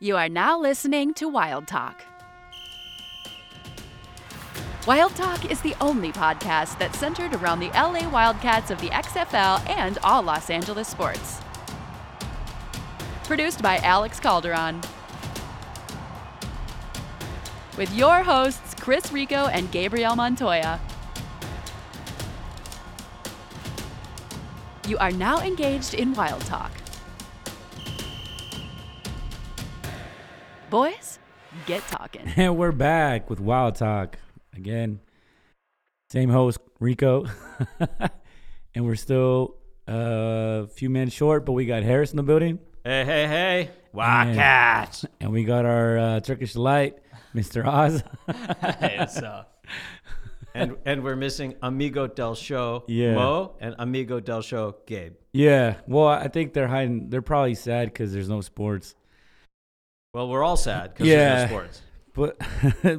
You are now listening to Wild Talk. Wild Talk is the only podcast that's centered around the LA Wildcats of the XFL and all Los Angeles sports. Produced by Alex Calderon. With your hosts, Chris Rico and Gabriel Montoya. You are now engaged in Wild Talk. Boys, get talking. And we're back with Wild Talk again. Same host, Rico. and we're still uh, a few minutes short, but we got Harris in the building. Hey, hey, hey. Wildcats. And we got our uh, Turkish delight, Mr. Oz. Hey, what's up? and and we're missing Amigo del Show Yeah. Mo and Amigo del Show Gabe. yeah. Well, I think they're hiding. They're probably sad because there's no sports. Well, we're all sad because Yeah. there's no sports. But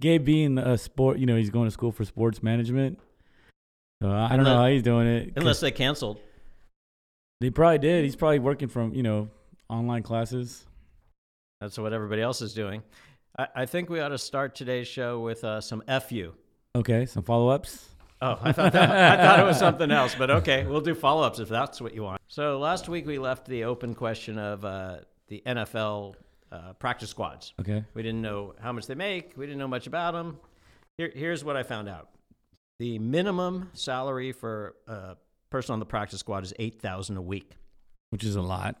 Gabe being a sport, you know, he's going to school for sports management. So I don't know Unless- how he's doing it. 'cause Unless they canceled. they probably did. He's probably working from, you know, online classes. That's what everybody else is doing. I, I think we ought to start today's show with uh, some FU. Okay. Some follow ups. Oh, I thought, that, I thought it was something else, but okay, we'll do follow ups if that's what you want. So last week we left the open question of uh, the NFL uh, practice squads. Okay. We didn't know how much they make. We didn't know much about them. Here, here's what I found out: the minimum salary for a person on the practice squad is eight thousand a week. Which is a lot.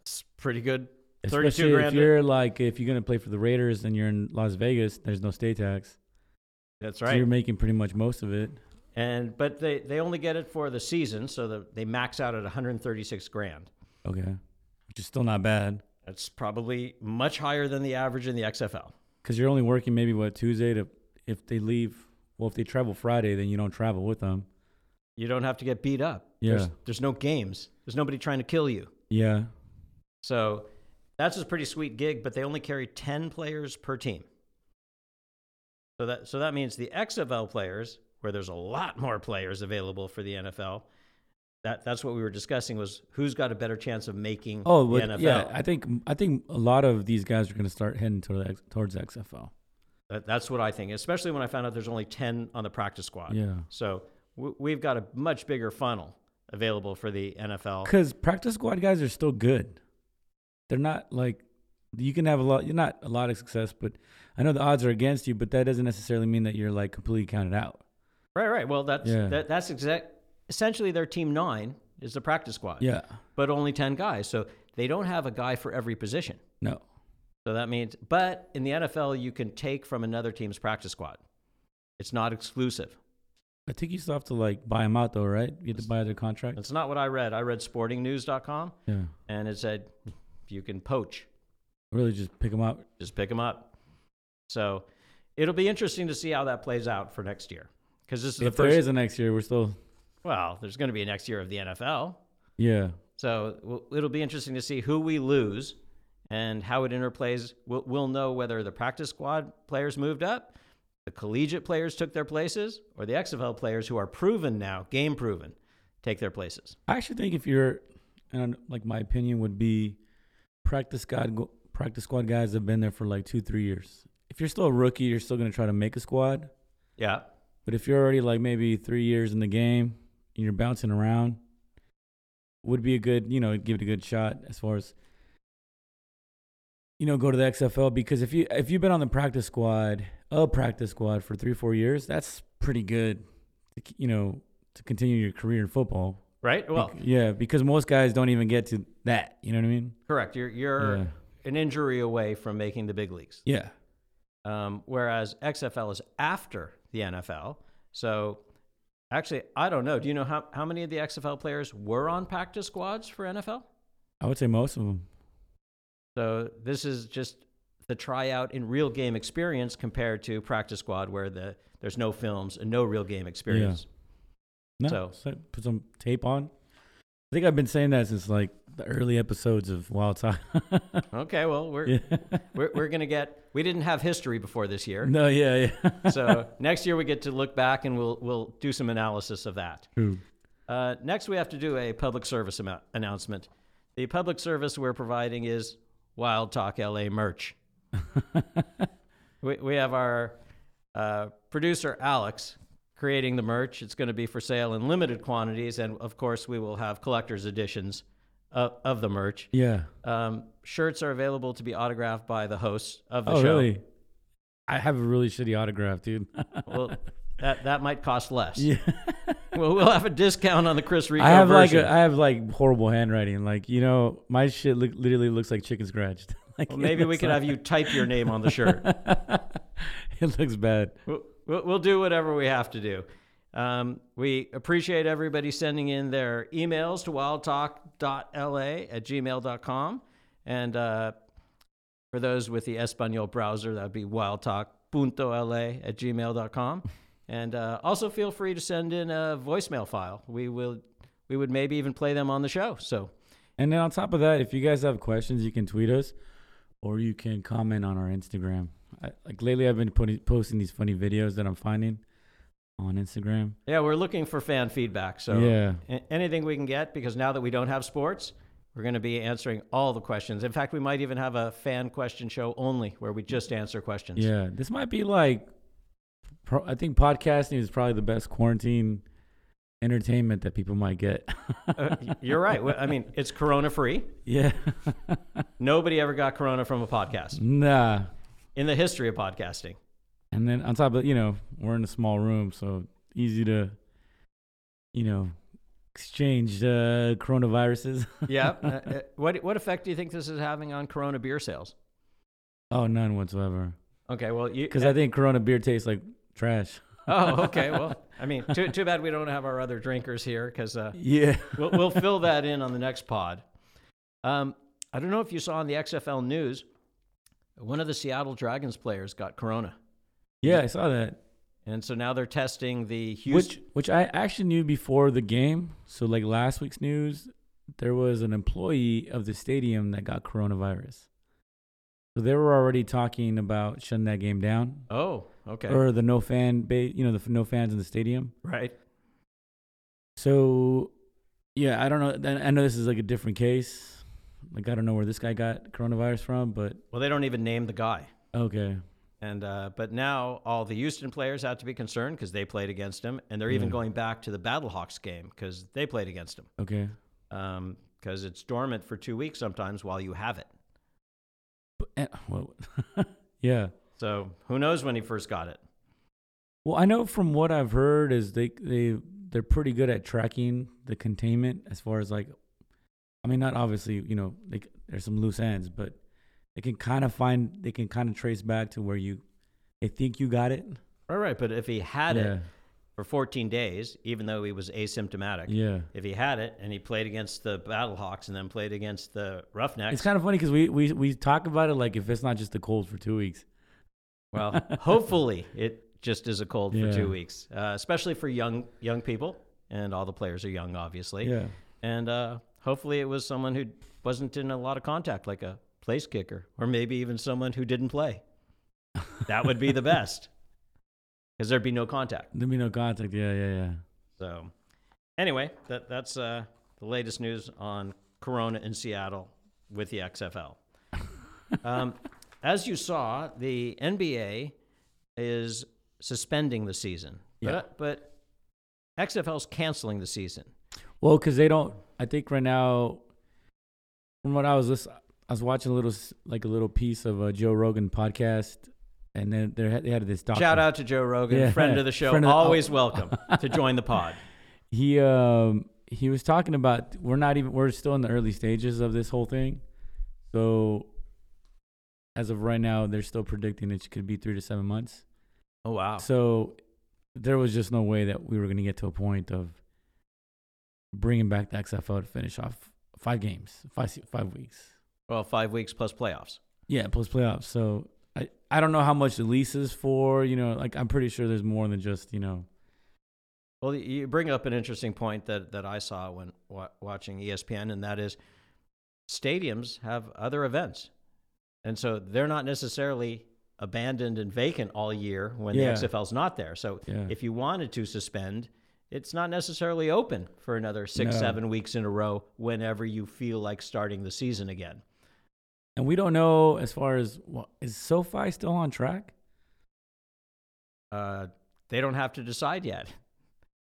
It's pretty good. Especially Thirty-two if grand. you're like if you're gonna play for the Raiders and you're in Las Vegas, there's no state tax. That's So right. you're making pretty much most of it. And but they they only get it for the season, so the, they max out at one hundred thirty-six grand. Okay. Which is still not bad. That's probably much higher than the average in the XFL. Because you're only working maybe what Tuesday to if they leave well, if they travel Friday, then you don't travel with them. You don't have to get beat up. Yeah. There's, there's no games. There's nobody trying to kill you. Yeah. So that's a pretty sweet gig, but they only carry 10 players per team. So that, so that means the XFL players, where there's a lot more players available for the NFL, that, that's what we were discussing was who's got a better chance of making Oh, the but, NFL. yeah. I think I think a lot of these guys are gonna start heading toward the, X- towards XFL. That- that's what I think, especially when I found out there's only 10 on the practice squad. Yeah. So w- we've got a much bigger funnel available for the NFL. Because practice squad guys are still good. They're not like you can have a lot. You're not a lot of success, but I know the odds are against you. But that doesn't necessarily mean that you're like completely counted out. Right, right. Well, that's, Yeah. that, that's exact. Essentially, their team nine is the practice squad. Yeah. but only 10 guys. So they don't have a guy for every position. No. So that means, but in the NFL, you can take from another team's practice squad. It's not exclusive. I think you still have to like buy them out though, right? You have to buy their contract. That's not what I read. I read sportingnews.com Yeah. and it said you can poach, Really, just pick them up. just pick them up. So it'll be interesting to see how that plays out for next year. Because this is If the there first. is a next year, we're still. well, there's going to be a next year of the NFL. Yeah. So w- it'll be interesting to see who we lose and how it interplays. We'll, we'll know whether the practice squad players moved up, the collegiate players took their places, or the XFL players who are proven now, game proven, take their places. I actually think if you're, and like my opinion would be, practice squad go- practice squad guys have been there for like two three years. If you're still a rookie, you're still gonna try to make a squad. Yeah. But if you're already like maybe three years in the game and you're bouncing around, would be a good, you know, give it a good shot as far as you know, go to the XFL because if you if you've been on the practice squad, a practice squad for three four years, that's pretty good. To, c- you know, to continue your career in football. Right? Well, Bec- yeah, because most guys don't even get to that. You know what I mean? correct. You're, you're Yeah. an injury away from making the big leagues. Yeah, um, whereas XFL is after the NFL. So actually, I don't know. Do you know how, how many of the XFL players were on practice squads for NFL? I would say most of them. So this is just the tryout in real game experience compared to practice squad, where the there's no films and no real game experience. No, So- so put some tape on. I think I've been saying that since like the early episodes of Wild Talk. Okay, well we're, Yeah. we're we're gonna get we didn't have history before this year, No, yeah, yeah. so next year we get to look back and we'll we'll do some analysis of that. True. Uh, next, we have to do a public service amou- announcement. The public service we're providing is Wild Talk LA merch. we, we have our uh, producer, Alex, creating the merch. It's going to be for sale in limited quantities. And of course, we will have collector's editions of, of the merch. yeah. Um, shirts are available to be autographed by the hosts of the Oh, show. really? I have a really shitty autograph, dude. Well, that, that might cost less. Yeah. Well, we'll have a discount on the Chris Rico I have like version. a, I have like horrible handwriting. Like you know, my shit look, literally looks like chicken scratched. like Well, maybe we it's could like- have you type your name on the shirt. It looks bad. we'll, we'll we'll do whatever we have to do. Um, we appreciate everybody sending in their emails to wildtalk.la at gmail.com. And uh, for those with the Espanol browser, that would be wildtalk.la at gmail.com. And uh, also feel free to send in a voicemail file. We will we would maybe even play them on the show. So And then on top of that, if you guys have questions, you can tweet us, or you can comment on our Instagram. I, like lately, I've been putting, posting these funny videos that I'm finding on Instagram. yeah, we're looking for fan feedback. So Yeah. a- anything we can get because now that we don't have sports, we're going to be answering all the questions. In fact, we might even have a fan question show only where we just answer questions. Yeah, this might be like, pro- I think podcasting is probably the best quarantine entertainment that people might get. Uh, y- you're right. Well, I mean, it's corona free. yeah, Nobody ever got corona from a podcast nah. in the history of podcasting. And then on top of you know, we're in a small room, so easy to, you know, exchange uh, coronaviruses. Yeah. Uh, uh, what what effect do you think this is having on corona beer sales? oh, none whatsoever. Okay, well, you Because I think Corona beer tastes like trash. Oh, okay. Well, I mean, too too bad we don't have our other drinkers here cuz uh, Yeah. we'll, we'll fill that in on the next pod. Um, I don't know if you saw on the XFL news, one of the Seattle Dragons players got corona, Yeah, I saw that. and so now they're testing the Which Houston. which I actually knew before the game. So like last week's news, there was an employee of the stadium that got coronavirus. So they were already talking about shutting that game down. oh, okay, Or the no fan base, you know, the f- no fans in the stadium. right. So, yeah, I don't know. Then I know this is like a different case. Like I don't know where this guy got coronavirus from, but Well, they don't even name the guy, okay, and uh, but now all the Houston players have to be concerned because they played against him, and they're even Yeah. going back to the Battlehawks game because they played against him. okay. Because it's dormant for two weeks sometimes while you have it. But, eh, well, yeah. So who knows when he first got it? Well, I know from what I've heard is they they they're pretty good at tracking the containment as far as like, I mean, not obviously you know like there's some loose ends, but they can kind of find they can kind of trace back to where you they think you got it. All right, but if he had yeah, it, for 14 days, even though he was asymptomatic. yeah. If he had it and he played against the Battlehawks and then played against the Roughnecks, It's kind of funny because we, we we talk about it like if it's not just a cold for two weeks. well, hopefully it just is a cold for Yeah. two weeks, uh, especially for young young people, and all the players are young, obviously. Yeah. And uh, hopefully it was someone who wasn't in a lot of contact, like a place kicker, or maybe even someone who didn't play. That would be the best, because there'd be no contact. Let me know contact. Yeah, yeah, yeah. So, anyway, that that's uh, the latest news on Corona in Seattle with the XFL. um, as you saw, the NBA is suspending the season, Yeah. but, but XFL's canceling the season. Well, because they don't. I think right now, from what I was listen, I was watching a little s- like a little piece of a Joe Rogan podcast, and then they had- they had this doctor. Shout out to Joe Rogan, Yeah. friend of the show, Friend of the- Oh. always welcome to join the pod. He um he was talking about we're not even we're still in the early stages of this whole thing, so as of right now, they're still predicting it could be three to seven months. Oh wow! So there was just no way that we were going to get to a point of bringing back the XFL to finish off five games, five se- five weeks. Well, five weeks plus playoffs. Yeah, plus playoffs. So I, I don't know how much the lease is for. You know, like I'm pretty sure there's more than just you know. Well, you bring up an interesting point that, that I saw when wa- watching E ESPN, and that is stadiums have other events. And so they're not necessarily abandoned and vacant all year when Yeah. the XFL's not there. So Yeah. if you wanted to suspend, it's not necessarily open for another six, No. seven weeks in a row whenever you feel like starting the season again. And we don't know as far as well, is SoFi still on track? Uh, they don't have to decide yet.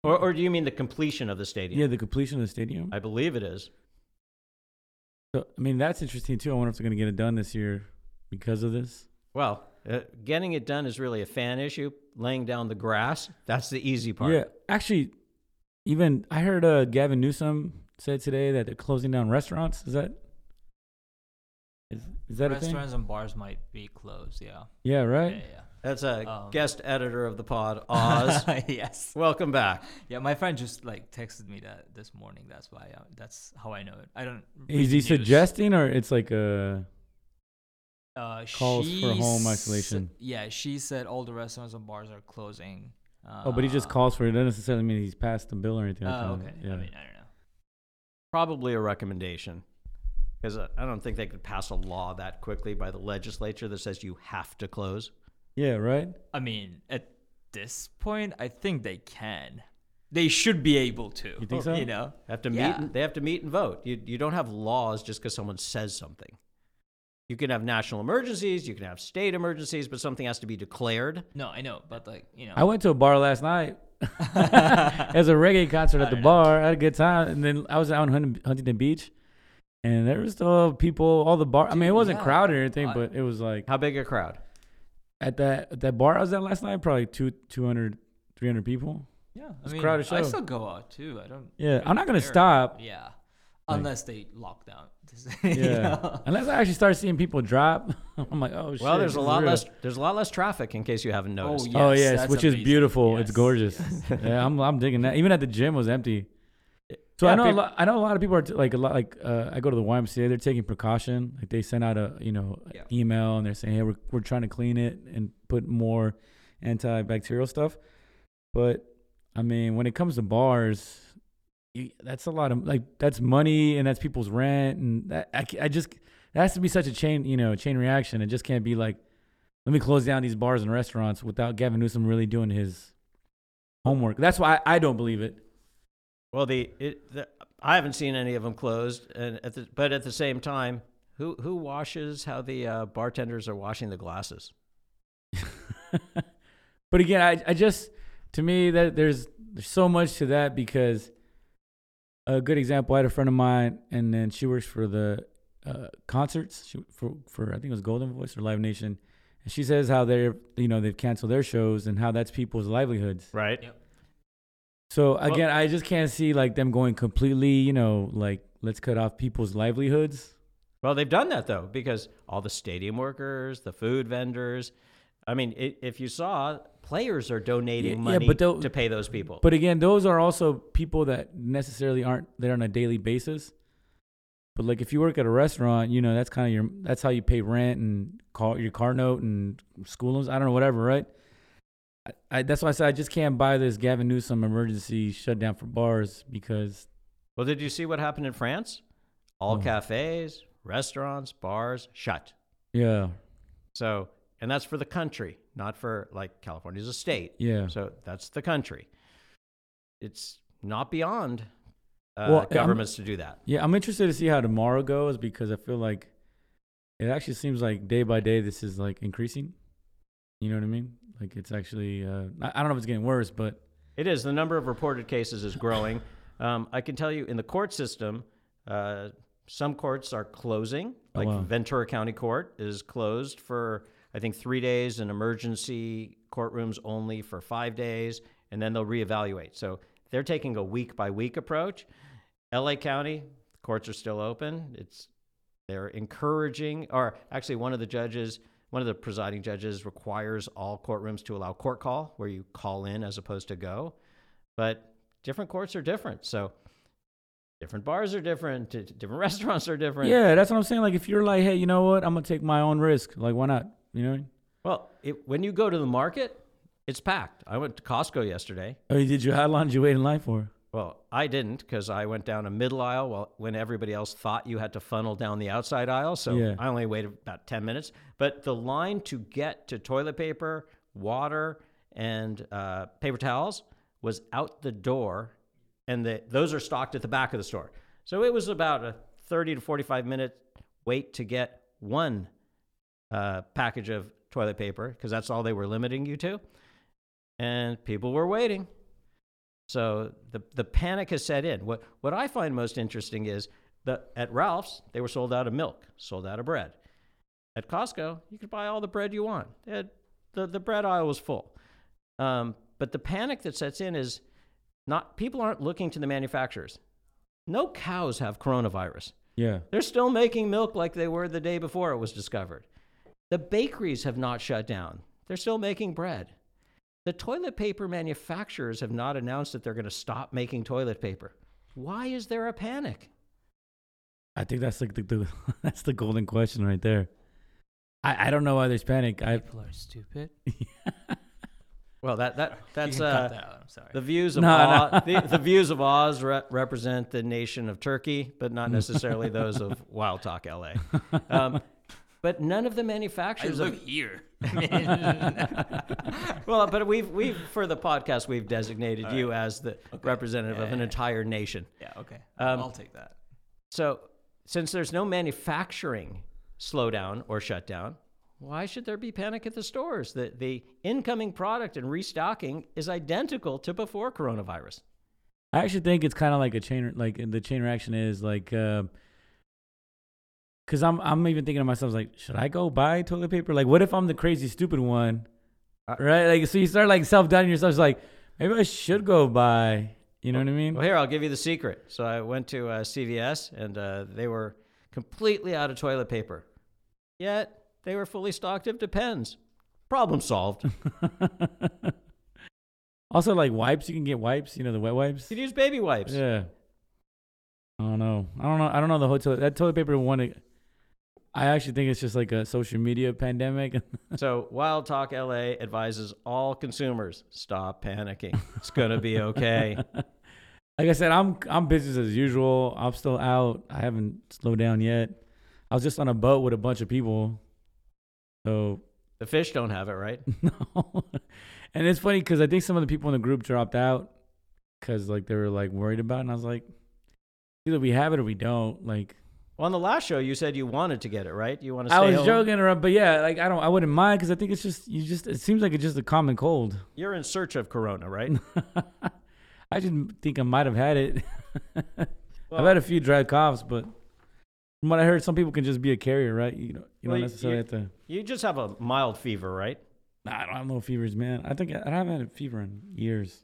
Or, or do you mean the completion of the stadium? Yeah, the completion of the stadium. I believe it is. So, I mean, that's interesting too. I wonder if they're going to get it done this year because of this. Well, uh, getting it done is really a fan issue. Laying down the grass, that's the easy part. Yeah, actually, even I heard uh, Gavin Newsom said today that they're closing down restaurants. Is that is, is that a thing? Restaurants and bars might be closed. Yeah. Yeah, right. Yeah. That's a Um, guest editor of the pod, yeah. Oz. yes. Welcome back. Yeah, my friend just like texted me that this morning. That's why. I, that's how I know it. I don't. read Is the he news. suggesting or it's like a uh, calls for she home s- isolation? yeah, she said all the restaurants and bars are closing. Uh, oh, but he just calls for it. Doesn't necessarily mean he's passed the bill or anything. Oh, like that. okay. Yeah. I mean, I don't know. Probably a recommendation. Because I don't think they could pass a law that quickly by the legislature that says you have to close. yeah, right. I mean, at this point, I think they can. They should be able to. You think so? You know. Have to meet. Yeah. And, they have to meet and vote. You you don't have laws just because someone says something. You can have national emergencies. You can have state emergencies, but something has to be declared. No, I know, but like you know. I went to a bar last night. it was a reggae concert at the bar. I had a good time, and then I was out in Hunting- Huntington Beach, and there was still people. All the bar. I mean, it wasn't yeah. crowded or anything, I- but it was like How big a crowd? at that at that bar I was at last night, probably two 200, 300 people. yeah, I was mean, crowded I show. still go out too. I don't. Yeah, I'm not gonna care. stop. Yeah, unless they lock down. you Yeah, know? unless I actually start seeing people drop, I'm like, oh shit. Well, there's this is a lot real. less. There's a lot less traffic, in case you haven't noticed. yeah. Oh Yes, yes, that's which is amazing. beautiful. It's Yes, gorgeous. yeah, I'm I'm digging that. Even at the gym it was empty. So Yeah, I know peop- a lot, I know a lot of people are t- like a lot like uh, I go to the YMCA. They're taking precaution. Like they send out a you know an Yeah. email and they're saying hey we're we're trying to clean it and put more antibacterial stuff. But I mean when it comes to bars, you, that's a lot of like that's money and that's people's rent and that, I ca- I just it has to be such a chain you know chain reaction. It just can't be like let me close down these bars and restaurants without Gavin Newsom really doing his homework. That's why I, I don't believe it. Well, the, it, the I haven't seen any of them closed, and at the, but at the same time, who who washes how the uh, bartenders are washing the glasses? but again, I, I just to me that there's there's so much to that because a good example. I had a friend of mine, and then she works for the uh, concerts she, for for I think it was Golden Voice or Live Nation, and she says how they're you know they've canceled their shows and how that's people's livelihoods. Right. Yep. So again, I just can't see like them going completely you know like let's cut off people's livelihoods. Well, they've done that though because all the stadium workers, the food vendors. I mean, i if you saw, players are Yeah, donating yeah, money but they'll- to pay those people. But again, those are also people that necessarily aren't there on a daily basis. But like if you work at a restaurant, you know that's kind of your that's how you pay rent and car your car note and school loans. I don't know whatever, right? I, I, that's why I said I just can't buy this Gavin Newsom emergency shutdown for bars because well, did you see what happened in France? All No. cafes, restaurants, bars shut. yeah So, and that's for the country, not for like California's a state. yeah. So that's the country. It's not beyond uh, Well, I'm- governments to do that. Yeah, I'm interested to see how tomorrow goes because I feel like it actually seems like day by day this is like increasing. You know what I mean? Like it's actually uh, I, I don't know if it's getting worse, but It is. The number of reported cases is growing. Um, I can tell you in the court system, uh, some courts are closing. Oh, Like wow. Ventura County Court is closed for, I think, three days, and emergency courtrooms only for five days, and then they'll reevaluate. So they're taking a week by week approach. LA County, courts are still open. It's they're encouraging, or actually, one of the judges, one of the presiding judges, requires all courtrooms to allow court call, where you call in as opposed to go. But different courts are different, so different bars are different, d- different restaurants are different. Yeah, that's what I'm saying. Like, if you're like, hey, you know what? I'm gonna take my own risk. Like, why not? You know? Well, it, when you go to the market, it's packed. I went to Costco yesterday. Oh, you did you? How long did you wait in line for? Well, I didn't because I went down a middle aisle while, when everybody else thought you had to funnel down the outside aisle. So Yeah. I only waited about 10 minutes. But the line to get to toilet paper, water, and uh, paper towels was out the door. And the, those are stocked at the back of the store. So it was about a 30 to 45 minute wait to get one uh, package of toilet paper because that's all they were limiting you to. And people were waiting. So the, the panic has set in. What, what I find most interesting is that at Ralph's, they were sold out of milk, sold out of bread. At Costco, you could buy all the bread you want. They had- the, the bread aisle was full. Um, but the panic that sets in is not people aren't looking to the manufacturers. No cows have coronavirus. Yeah. They're still making milk like they were the day before it was discovered. The bakeries have not shut down. They're still making bread. The toilet paper manufacturers have not announced that they're going to stop making toilet paper. Why is there a panic? I think that's like the, the that's the golden question right there. I, I don't know why there's panic. I People are stupid. Well, that, that that's you can uh, cut that out. I'm sorry. the views of No, Oz, no. the, the views of Oz re- represent the nation of Turkey, but not necessarily those of Wild Talk LA. Um, but none of the I manufacturers. live Of, here. I mean, well, but we've we've for the podcast we've designated you as the representative of an entire nation. yeah, okay. Um, I'll take that. So since there's no manufacturing slowdown or shutdown, why should there be panic at the stores? The the incoming product and restocking is identical to before coronavirus. I actually think it's kind of like a chain, like the chain reaction is like, because I'm I'm even thinking to myself like, should I go buy toilet paper? Like, what if I'm the crazy stupid one, I- right? Like, so you start like self doubting yourself. It's like, maybe I should go buy. You know what I mean? Well, here I'll give you the secret. So I went to uh, CVS and uh, they were completely out of toilet paper, yet they were fully stocked of Depends. Problem solved. You also, like wipes, you can get wipes. You know the wet wipes. could use baby wipes. Yeah. I don't know. I don't know. I don't know the whole toilet. That toilet paper one. it- I actually think it's just like a social media pandemic. So Wild Talk LA advises all consumers stop panicking. It's gonna be okay. like I said, I'm I'm business as usual. I'm still out. I haven't slowed down yet. I was just on a boat with a bunch of people. So the fish don't have it, right? no. and it's funny because I think some of the people in the group dropped out because like they were like worried about, it. and I was like, either we have it or we don't. Like Well, on the last show, you said you wanted to get it, right? You want to. I Stay was home. joking around, but yeah, like I don't, I wouldn't mind because I think it's just you just it seems like it's just a common cold. You're in search of Corona, right? I didn't think I might have had it. I've Well- had a few dry coughs, but from what I heard, some people can just be a carrier, right? You know, you Well, don't you- necessarily you- have to. You just have a mild fever, right? Nah, I don't have no fevers, man. I think I, I haven't had a fever in years.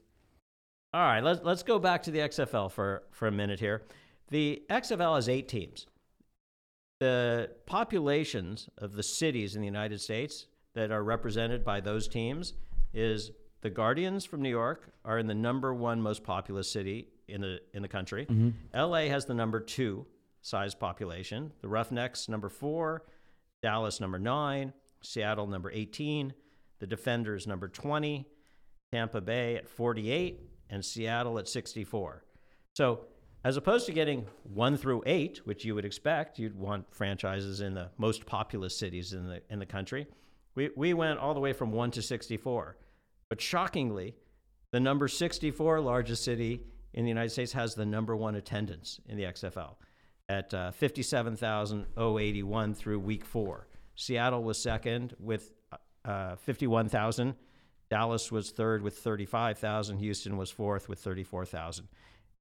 All right, let's let's go back to the XFL for for a minute here. The XFL has eight teams. The populations of the cities in the United States that are represented by those teams is the Guardians from New York are in the number one most populous city in the in the country. LA has the number two size population. The Roughnecks number four, Dallas number nine, Seattle number eighteen, the Defenders number twenty, Tampa Bay at 48, and Seattle at 64. So, as opposed to getting one through eight, which you would expect, you'd want franchises in the most populous cities in the in the country. We we went all the way from one to 64, but shockingly, the number 64 largest city in the United States has the number one attendance in the XFL at uh, 57,081 through week four. Seattle was second with uh, 51,000. Dallas was third with 35,000. Houston was fourth with 34,000.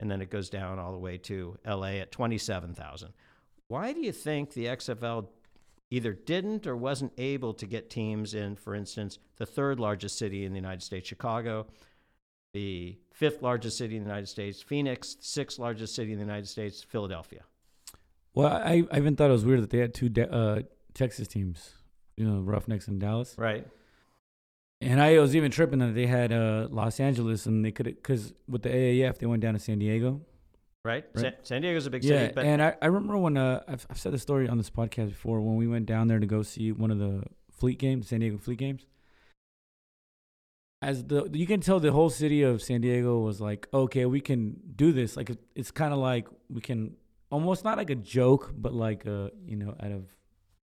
And then it goes down all the way to LA at 27,000. Why do you think the XFL either didn't or wasn't able to get teams in, for instance, the third largest city in the United States, Chicago, the fifth largest city in the United States, Phoenix, sixth largest city in the United States, Philadelphia? Well, I, I even thought it was weird that they had two de- uh, Texas teams, you know, Roughnecks and Dallas. Right. And I was even tripping that they had uh, Los Angeles and they could, because with the AAF, they went down to San Diego. Right. Right. San, San Diego's a big yeah, city, but and I, I remember when uh, I've, I've said the story on this podcast before when we went down there to go see one of the Fleet games, San Diego Fleet games. As the you can tell, the whole city of San Diego was like, okay, we can do this. Like it- it's kind of like we can almost not like a joke, but like uh, you know, out of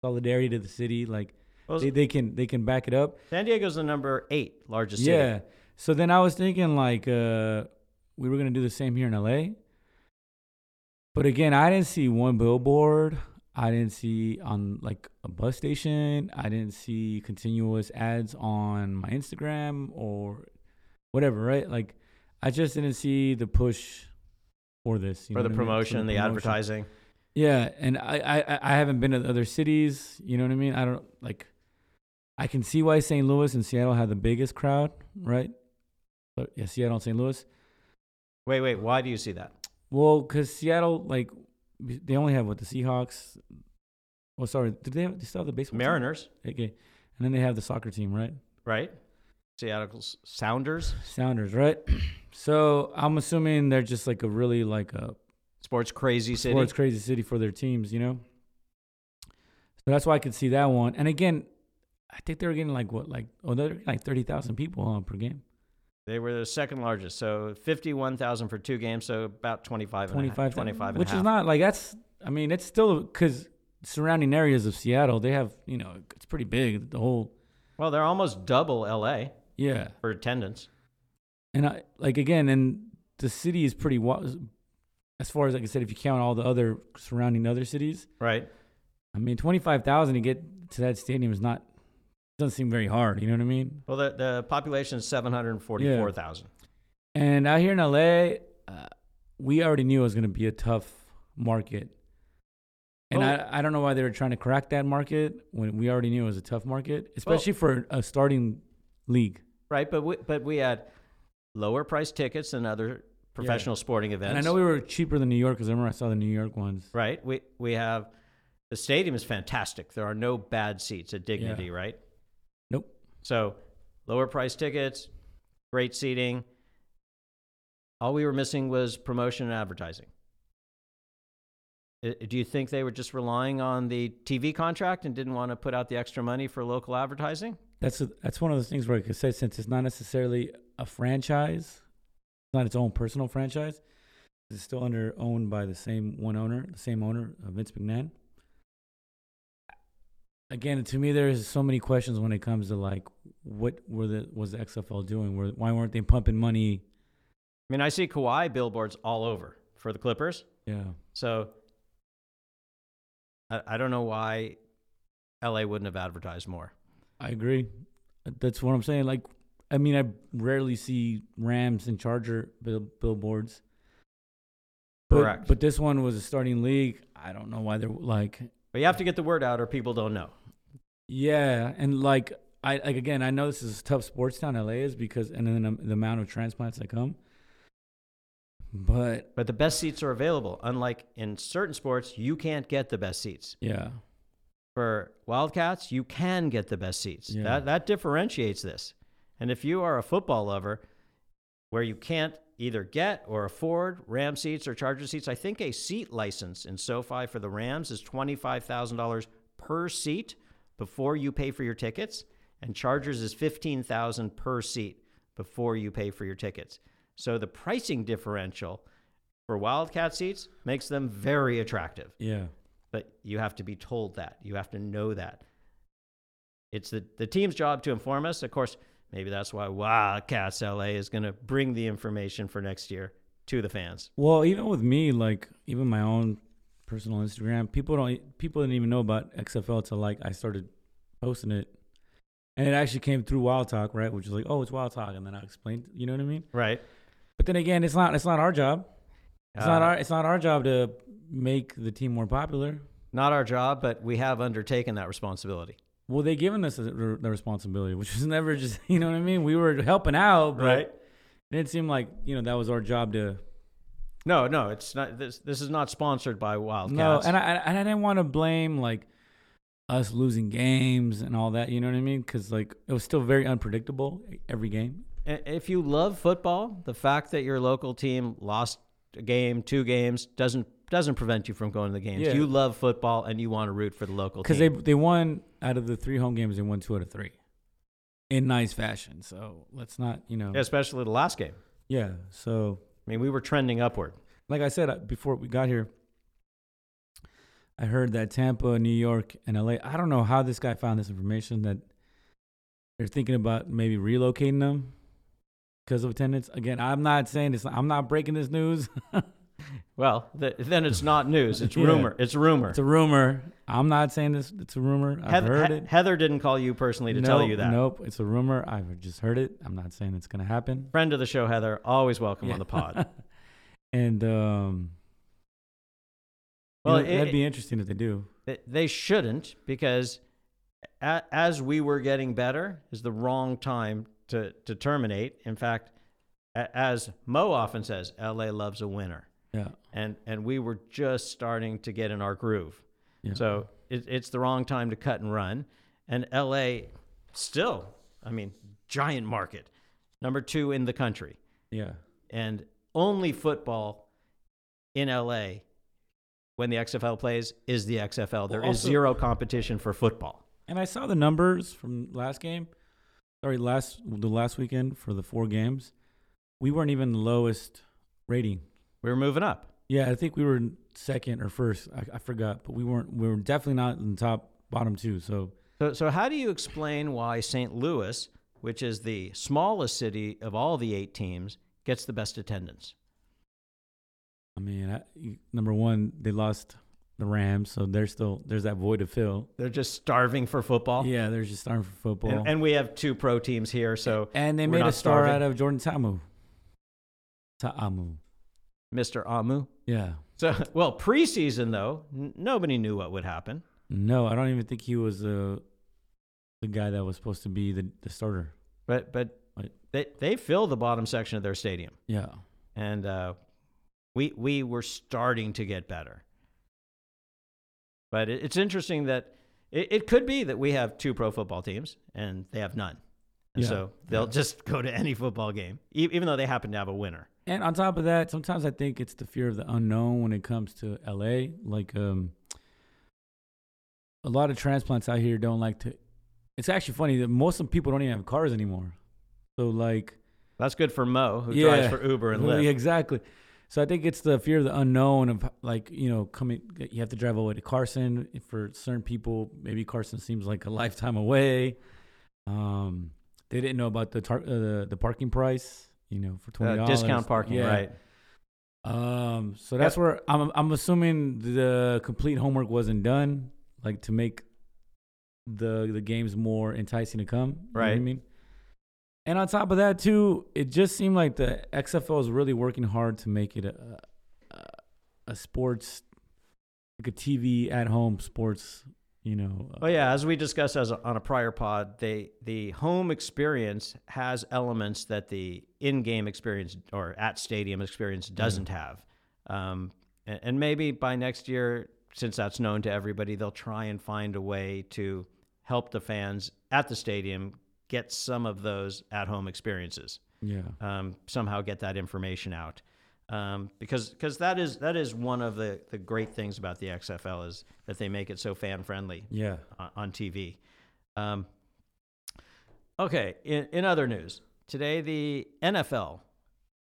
solidarity to the city, like Well, they, they can they can back it up. San Diego's the number eight largest city. Yeah. So then I was thinking like uh we were gonna do the same here in LA. But again, I didn't see one billboard. I didn't see on like a bus station. I didn't see continuous ads on my Instagram or whatever, right? Like I just didn't see the push for this. You for know what I the mean? For promotion, the promotion. advertising. Yeah, and I, I I- I haven't been to the other cities. You know what I mean? I don't like. I can see why St. Louis and Seattle had the biggest crowd, right? But yeah, Seattle and St. Louis. Wait, wait. Why do you see that? Well, because Seattle, like, b- they only have what the Seahawks. Oh, sorry. Did they have? They still have the baseball. team? Mariners, Okay, and then they have the soccer team, right? right? Seattle's Sounders Sounders, right? So I'm assuming they're just like a really like a sports crazy city. sports crazy city for their teams, you know. So that's why I could see that one. And again, I think they were getting like what, like oh, they're getting like thirty thousand people huh, per game, They were the second largest. So 51,000 for two games. So about 25 and a twenty half- five, 25 Uh, and a which half. is not like that's. I mean, it's still because surrounding areas of Seattle, they have you know it's pretty big. The whole Well, they're almost double LA yeah, for attendance. and I like again, and the city is pretty wa- as far as like I said, if you count all the other surrounding other cities, Right. I mean, twenty five thousand to get to that stadium is not doesn't seem very hard. You know what I mean? Well, the, the population is 744,000. And out here in LA, uh, we already knew it was going to be a tough market. And Oh. I, I don't know why they were trying to crack that market when we already knew it was a tough market, especially for a starting league. Right. But we, but we had lower price tickets than other professional sporting events. And I know we were cheaper than New York because I remember I saw the New York ones. right. We, we have the stadium is fantastic. There are no bad seats at Dignity, Yeah. right? Nope. So lower price tickets, great seating. All we were missing was promotion and advertising. I- Do you think they were just relying on the TV contract and didn't want to put out the extra money for local advertising? That's a, that's one of those things where I could say since it's not necessarily a franchise, it's not its own personal franchise. It's still under owned by the same one owner, the same owner, uh, Vince McMahon. Again, to me, there's so many questions when it comes to like what were the was the XFL doing? Were, why weren't they pumping money? I mean, I see Kawhi billboards all over for the Clippers. Yeah, So I, I don't know why LA wouldn't have advertised more. I agree. Uh, That's what I'm saying. Like, I mean, I rarely see Rams and Charger bill- billboards. But, Correct. But this one was a starting league. I don't know why they're like, But you have to get the word out or people don't know. yeah, and like I like again. I know this is a tough sports town. LA is because and then the amount of transplants that come. But But the best seats are available. Unlike in certain sports, you can't get the best seats. yeah, For Wildcats, you can get the best seats. Yeah. That, that differentiates this. And if you are a football lover where you can't either get or afford Ram seats or Charger seats, I think a seat license in SoFi for the Rams is $25,000 per seat before you pay for your tickets, and Chargers is 15,000 per seat before you pay for your tickets. So the pricing differential for Wildcat seats makes them very attractive yeah, but you have to be told that. You have to know that. It's the, the team's job to inform us. Of course, maybe that's why Wildcats LA is going to bring the information for next year to the fans. Well, even with me, like even my own personal Instagram, people don't e, people didn't even know about XFL till like I started posting it, and it actually came through Wild Talk, right? Which is like, oh, it's Wild Talk, and then I explained, you know what I mean? Right. But then again, it's not it's not our job. It's not Uh, our it's not our job to make the team more popular. Not our job, but we have undertaken that responsibility. Well, they given us the the responsibility, which was never just you know what I mean. We were helping out, but it didn't seem like you know that was our job to. No, no, it's not. This, this is not sponsored by Wildcats. No, and I and I didn't want to blame like us losing games and all that. You know what I mean? Because like it was still very unpredictable every game. I- if you love football, the fact that your local team lost a game, two games, doesn't doesn't prevent you from going to the games. Yeah. You love football and you want to root for the local Because team. they they won out of the three home games, they won two out of three, in nice fashion. So let's not you know. especially the last game. Yeah. So I mean, we were trending upward. like I said uh, before we got here, I heard that Tampa, New York, and LA. I don't know how this guy found this information that they're thinking about maybe relocating them because of attendance. Again, I'm not saying this. I'm not breaking this news. Well, th- then it's not news. It's rumor. It's rumor. It's a rumor. I'm not saying this. It's a rumor. I've Heath- heard He- it. Heather didn't call you personally to tell Nope, you that. Nope. It's a rumor. I've just heard it. I'm not saying it's gonna happen. Friend of the show, Heather, always welcome on the pod. And um, Well, you know, it- that'd be interesting if they do. They- They shouldn't because a- as we were getting better is the wrong time to, to terminate. In fact, a- as Mo often says, LA loves a winner. Yeah. And, and we were just starting to get in our groove. Yeah. So it, it's the wrong time to cut and run. And LA still, I mean, giant market, number two in the country. Yeah. And only football in LA when the XFL plays is the XFL. There is Well, also- zero competition for football. And I saw the numbers from last game. Sorry, last the last weekend for the four games, we weren't even the lowest rating. We're moving up. Yeah, I think we were second or first. I, I forgot, but we weren't. We were definitely not in the top bottom two. So So, so how do you explain why St. Louis, which is the smallest city of all the eight teams, gets the best attendance? I mean, I, number one, they lost the Rams, so there's still there's that void to fill. They're just starving for football. Yeah, there's just starting for football. And, and we have two pro teams here, so And they we're made not a star starving. out of Jordan Tamu. Ta'amu. Mr. Amu. Yeah. So, well, preseason though, n- nobody knew what would happen. No, I don't even think he was uh, the guy that was supposed to be the, the starter. But but Right. they they fill the bottom section of their stadium, Yeah. and uh, we we were starting to get better. But it, it's interesting that it, it could be that we have two pro football teams and they have none, and Yeah. so they'll Yeah. just go to any football game, e- even though they happen to have a winner. And on top of that, sometimes I think it's the fear of the unknown when it comes to LA. Like um a lot of transplants out here don't like to it's actually funny that most of the people don't even have cars anymore. So like That's good for Mo, who drives Yeah. for Uber and Yeah, Lyft. Uh, Exactly. So I think it's the fear of the unknown of like you know coming. You have to drive all the way to Carson for certain people. Maybe Carson seems like a lifetime away. Um, they didn't know about the tar- uh, the, the parking price. You know, for twenty Uh, dollars discount parking, right? Um, so that's where I'm. I'm assuming the complete homework wasn't done, like to make the the games more enticing to come. You know what I Right. mean, and on top of that too, it just seemed like the XFL is really working hard to make it a a, a sports like a TV at home sports. You know. uh, Well, Oh, yeah, as we discussed as on a prior pod, they the home experience has elements that the in-game experience or at-stadium experience doesn't have, um, and, and maybe by next year, since that's known to everybody, they'll try and find a way to help the fans at the stadium get some of those at-home experiences Yeah. um, somehow get that information out um, because because that is that is one of the, the great things about the XFL is that they make it so fan friendly Yeah. on, on TV. Um, okay, in, in other news, today the NFL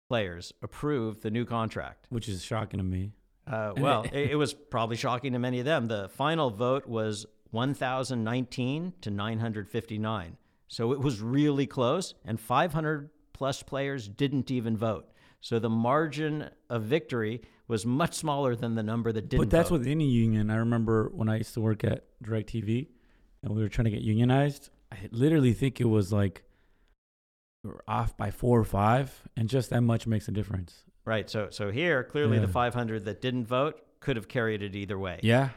players approved the new contract. Which is shocking to me. Oh, Uh, well, it, it was probably shocking to many of them. The final vote was 1,019 to 959. So it was really close, and 500 plus players didn't even vote. So the margin of victory was much smaller than the number that didn't But that's vote. with any union. I remember when I used to work at DirecTV and we were trying to get unionized. I literally think it was like we were off by four or five, and just that much makes a difference. Right. So so here, clearly the Yeah. 500 that didn't vote could have carried it either way. Yeah.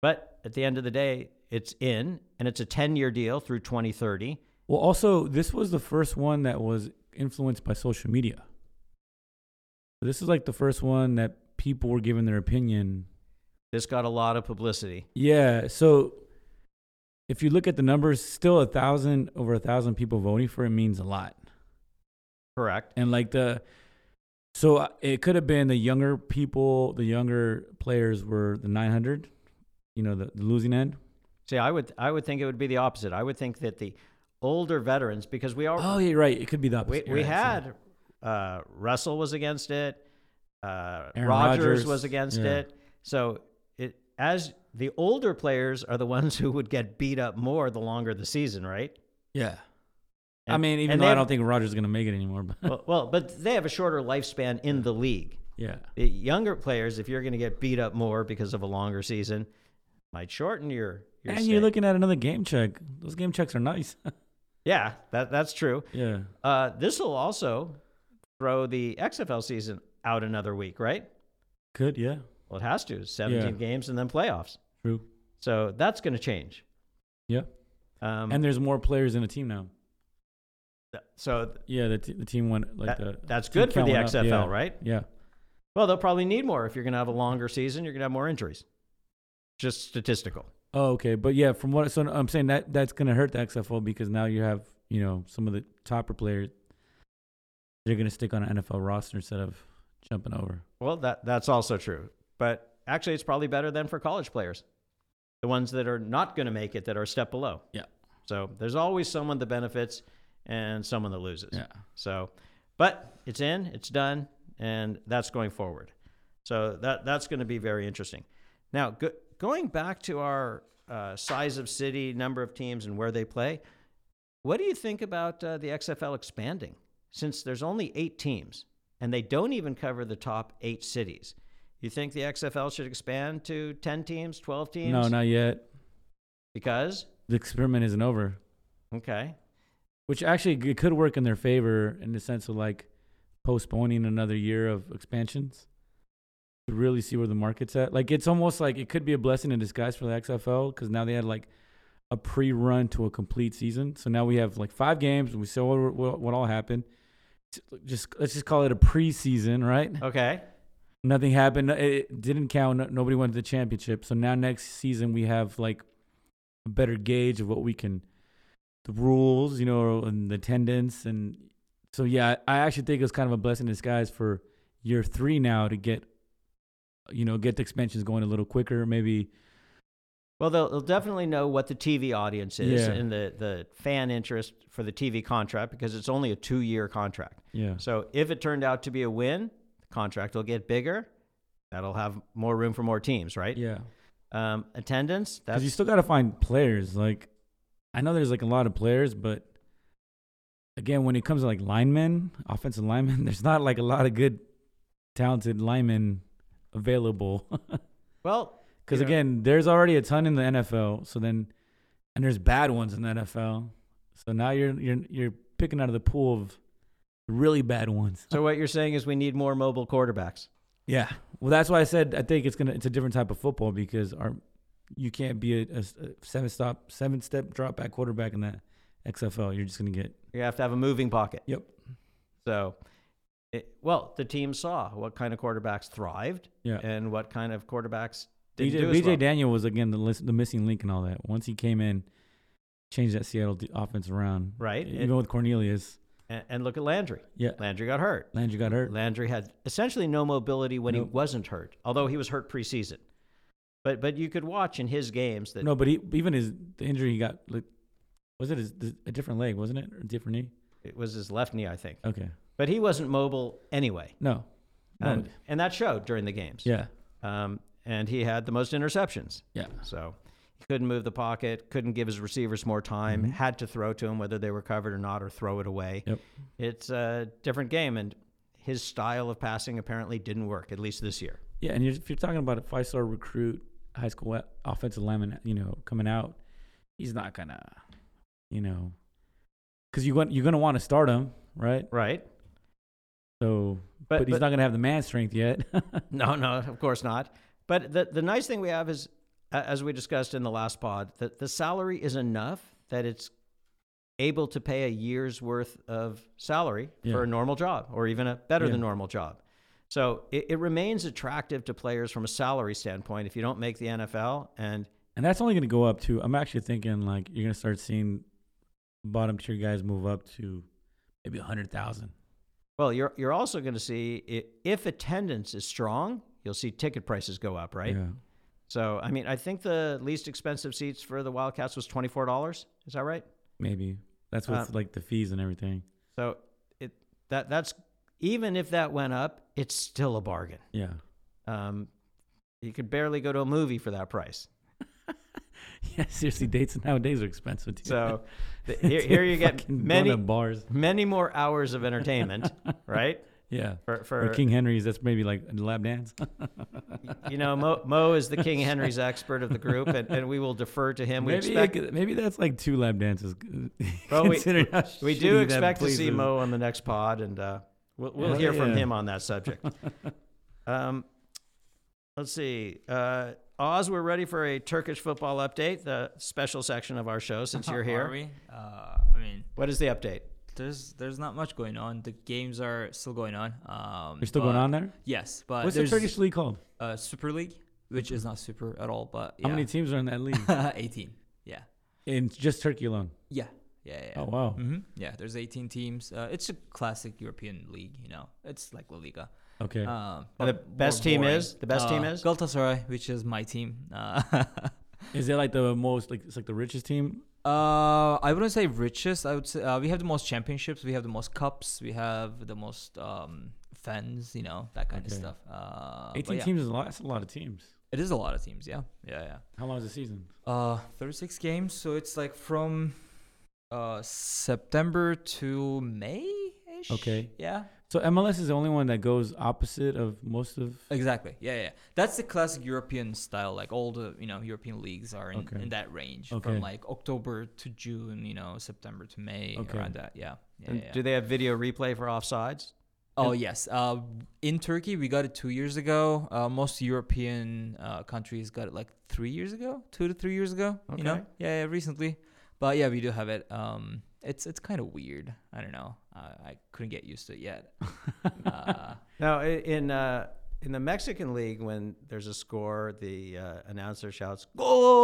But at the end of the day, it's in and it's a 10-year deal through 2030. Well, also, this was the first one that was influenced by social media. This is like the first one that people were giving their opinion This got a lot of publicity. Yeah. So if you look at the numbers, still a thousand over a thousand people voting for it means a lot. Correct. And like the, so uh, it could have been the younger people, the younger players were the 900, you know, the, the losing end. See, I would I would think it would be the opposite. I would think that the older veterans because we all Oh, yeah, right. It could be the we, opposite. we You're right, so- had uh, Russell was against it. Uh, Aaron Rogers Rodgers, was against yeah. it. So it as the older players are the ones who would get beat up more the longer the season, right? Yeah. I And- mean, even and though they I have- don't think Rogers is going to make it anymore, but well, well, but they have a shorter lifespan in the league. Yeah. The younger players, if you're going to get beat up more because of a longer season, might shorten your. your and stay. you're looking at another game check. Those game checks are nice. Yeah, that that's true. yeah. Uh, this will also throw the XFL season out another week, right? Good. Yeah. Well, it has to. 17 Yeah. games and then playoffs. True. So that's going to change. Yeah. Um, and there's more players in the team now. th- so th- Yeah. The, t- the team went like that, the. that's team good for count the went up. XFL, Yeah. right? Yeah. Well, they'll probably need more if you're going to have a longer season. You're going to have more injuries. Just statistical. Oh, okay. But yeah, from what so I'm saying that that's gonna hurt the XFL because now you have you know some of the topper players. They're gonna stick on an NFL roster instead of jumping over. Well, that that's also true. But actually, it's probably better than for college players, the ones that are not going to make it, that are a step below. Yeah. So there's always someone that benefits and someone that loses. Yeah. So, but it's in, it's done, and that's going forward. So that that's going to be very interesting. Now, go, going back to our uh, size of city, number of teams, and where they play, what do you think about uh, the XFL expanding? Since there's only eight teams, and they don't even cover the top eight cities, you think the XFL should expand to ten teams, twelve teams? No, not yet. because The experiment isn't over. okay, Which actually it could work in their favor in the sense of like postponing another year of expansions to really see where the market's at. Like it's almost like it could be a blessing in disguise for the XFL because now they had like a pre-run to a complete season. So now we have like five games. We saw what, what, what all happened. Just let's just call it a preseason, right? okay, Nothing happened. It- It didn't count. No- Nobody went to the championship. So now next season we have like a better gauge of what we can, the rules, you know, and the attendance, and so yeah, I I actually think it was kind of a blessing in disguise for year three now to get, you know, get the expansions going a little quicker. Maybe Well, they'll, they'll definitely know what the TV audience is Yeah. and the, the fan interest for the TV contract because it's only a two year contract. yeah, So if it turned out to be a win, the contract will get bigger. That'll have more room for more teams, right? yeah, Um, attendance, because that's you still got to find players. Like I know there's like a lot of players, but again, when it comes to like linemen, offensive linemen, there's not like a lot of good, talented linemen available. well, Because Yeah. again, there's already a ton in the NFL. So then, and there's bad ones in the NFL. So now you're you're you're picking out of the pool of really bad ones. so what you're saying is we need more mobile quarterbacks. Yeah. Well, that's why I said I think it's gonna it's a different type of football because our you can't be a, a s- a seven stop seven step drop back quarterback in that XFL. You're just gonna get You have to have a moving pocket. Yep. So, it, well, the team saw what kind of quarterbacks thrived yeah. and what kind of quarterbacks didn't BJ, do as BJ well. Daniel was again the list, the missing link and all that. Once he came in, changed that Seattle d- offense around. E, Right. Even with Cornelius. and, and look at Landry. Yeah. Landry got hurt. Landry got hurt. Landry had essentially no mobility when he Nope. wasn't hurt, although he was hurt preseason. But but you could watch in his games that no, but he, even his the injury he got like was it his, a different leg, wasn't it, or a different knee? it was his left knee, I think. Okay, But he wasn't mobile anyway, no, no, and, and that showed during the games. yeah, Um, and he had the most interceptions, yeah, so he couldn't move the pocket, couldn't give his receivers more time, had to throw to him whether they were covered or not, or throw it away. Mm-hmm. yep, It's a different game, and his style of passing apparently didn't work at least this year. yeah. And you're, if you're talking about a five star recruit, high school a- offensive lineman, you know, coming out, he's not gonna, you know, because you want you're gonna want to start him, right? Right? So, But- but, he's but- not gonna have the man strength yet. No, no, of course not. But the, the nice thing we have is, a- as we discussed in the last pod, that the salary is enough that it's able to pay a year's worth of salary for Yeah. a normal job or even a better than Yeah. normal job. So it, it remains attractive to players from a salary standpoint if you don't make the NFL. And And that's only going to go up too. I'm actually thinking like you're going to start seeing bottom tier guys move up to maybe a hundred thousand. well, you're, you're also going to see i if attendance is strong, you'll see ticket prices go up, right? Yeah. So, I mean, I think the least expensive seats for the Wildcats was $24. Is that right? Maybe that's with Uh, like the fees and everything. So it that that's even if that went up, it's still a bargain. Yeah. Um, you could barely go to a movie for that price. Yeah. Seriously, dates nowadays are expensive. Too. So the, here, here you get Fucking many donut bars. many more hours of entertainment, right? Yeah. For, Or for King Henry's, that's maybe like a lap dance. you know, Mo, Mo is the King Henry's expert of the group, and, and we will defer to him. We maybe, expect it- maybe that's like two lap dances. Well, we- considering how we shitty do that expect to place see is. Mo on the next pod, and uh, we'll, we'll Yeah. hear from Yeah. him on that subject. um, let's see. Uh, Oz, we're ready for a Turkish football update, the special section of our show since you're Are here. we? Uh, I mean, What is the update? there's there's not much going on. The games are still going on. Um, They're still going but- on there? Yes, but What's the there's Turkish league called? uh, Super League, which is not super at all. But yeah. How many teams are in that league? 18. Yeah. in just Turkey alone. Yeah. Yeah. Yeah. Oh, wow. Mm. Mm-hmm. hmm Yeah. There's 18 teams. Uh, it's a classic European league. You know, it's like La Liga. Okay. Uh, Um, And the but more best team boring. is? The best team Uh, is? Galatasaray, which is my team. Uh, is it like the most, like, it's like the richest team? Uh, I wouldn't say richest. I would say uh, we have the most championships. We have the most cups. We have the most um, fans. You know that kind Okay. of stuff. Uh, but 18 yeah, teams is a lot. That's a lot of teams. It is a lot of teams. Yeah, yeah, How long is the season? yeah. Uh, thirty-six games. So it's like from uh September to May ish. Okay. Yeah. So MLS is the only one that goes opposite of most of. Exactly. Yeah, yeah. That's the classic European style. Like all the you know European leagues are in, Okay. in that range Okay. from like October to June. You know September to May Okay. around that. Yeah. yeah, And yeah. do they have video replay for offsides? Oh yes, uh, in Turkey we got it two years ago. Uh, most European uh, countries got it like three years ago, two to three years ago. You know, Okay. yeah, yeah, recently. But yeah, we do have it. Um, it's it's kind of weird. I don't know. Uh, I couldn't get used to it yet. uh, No, i- in uh, in the Mexican league, when there's a score, the uh, announcer shouts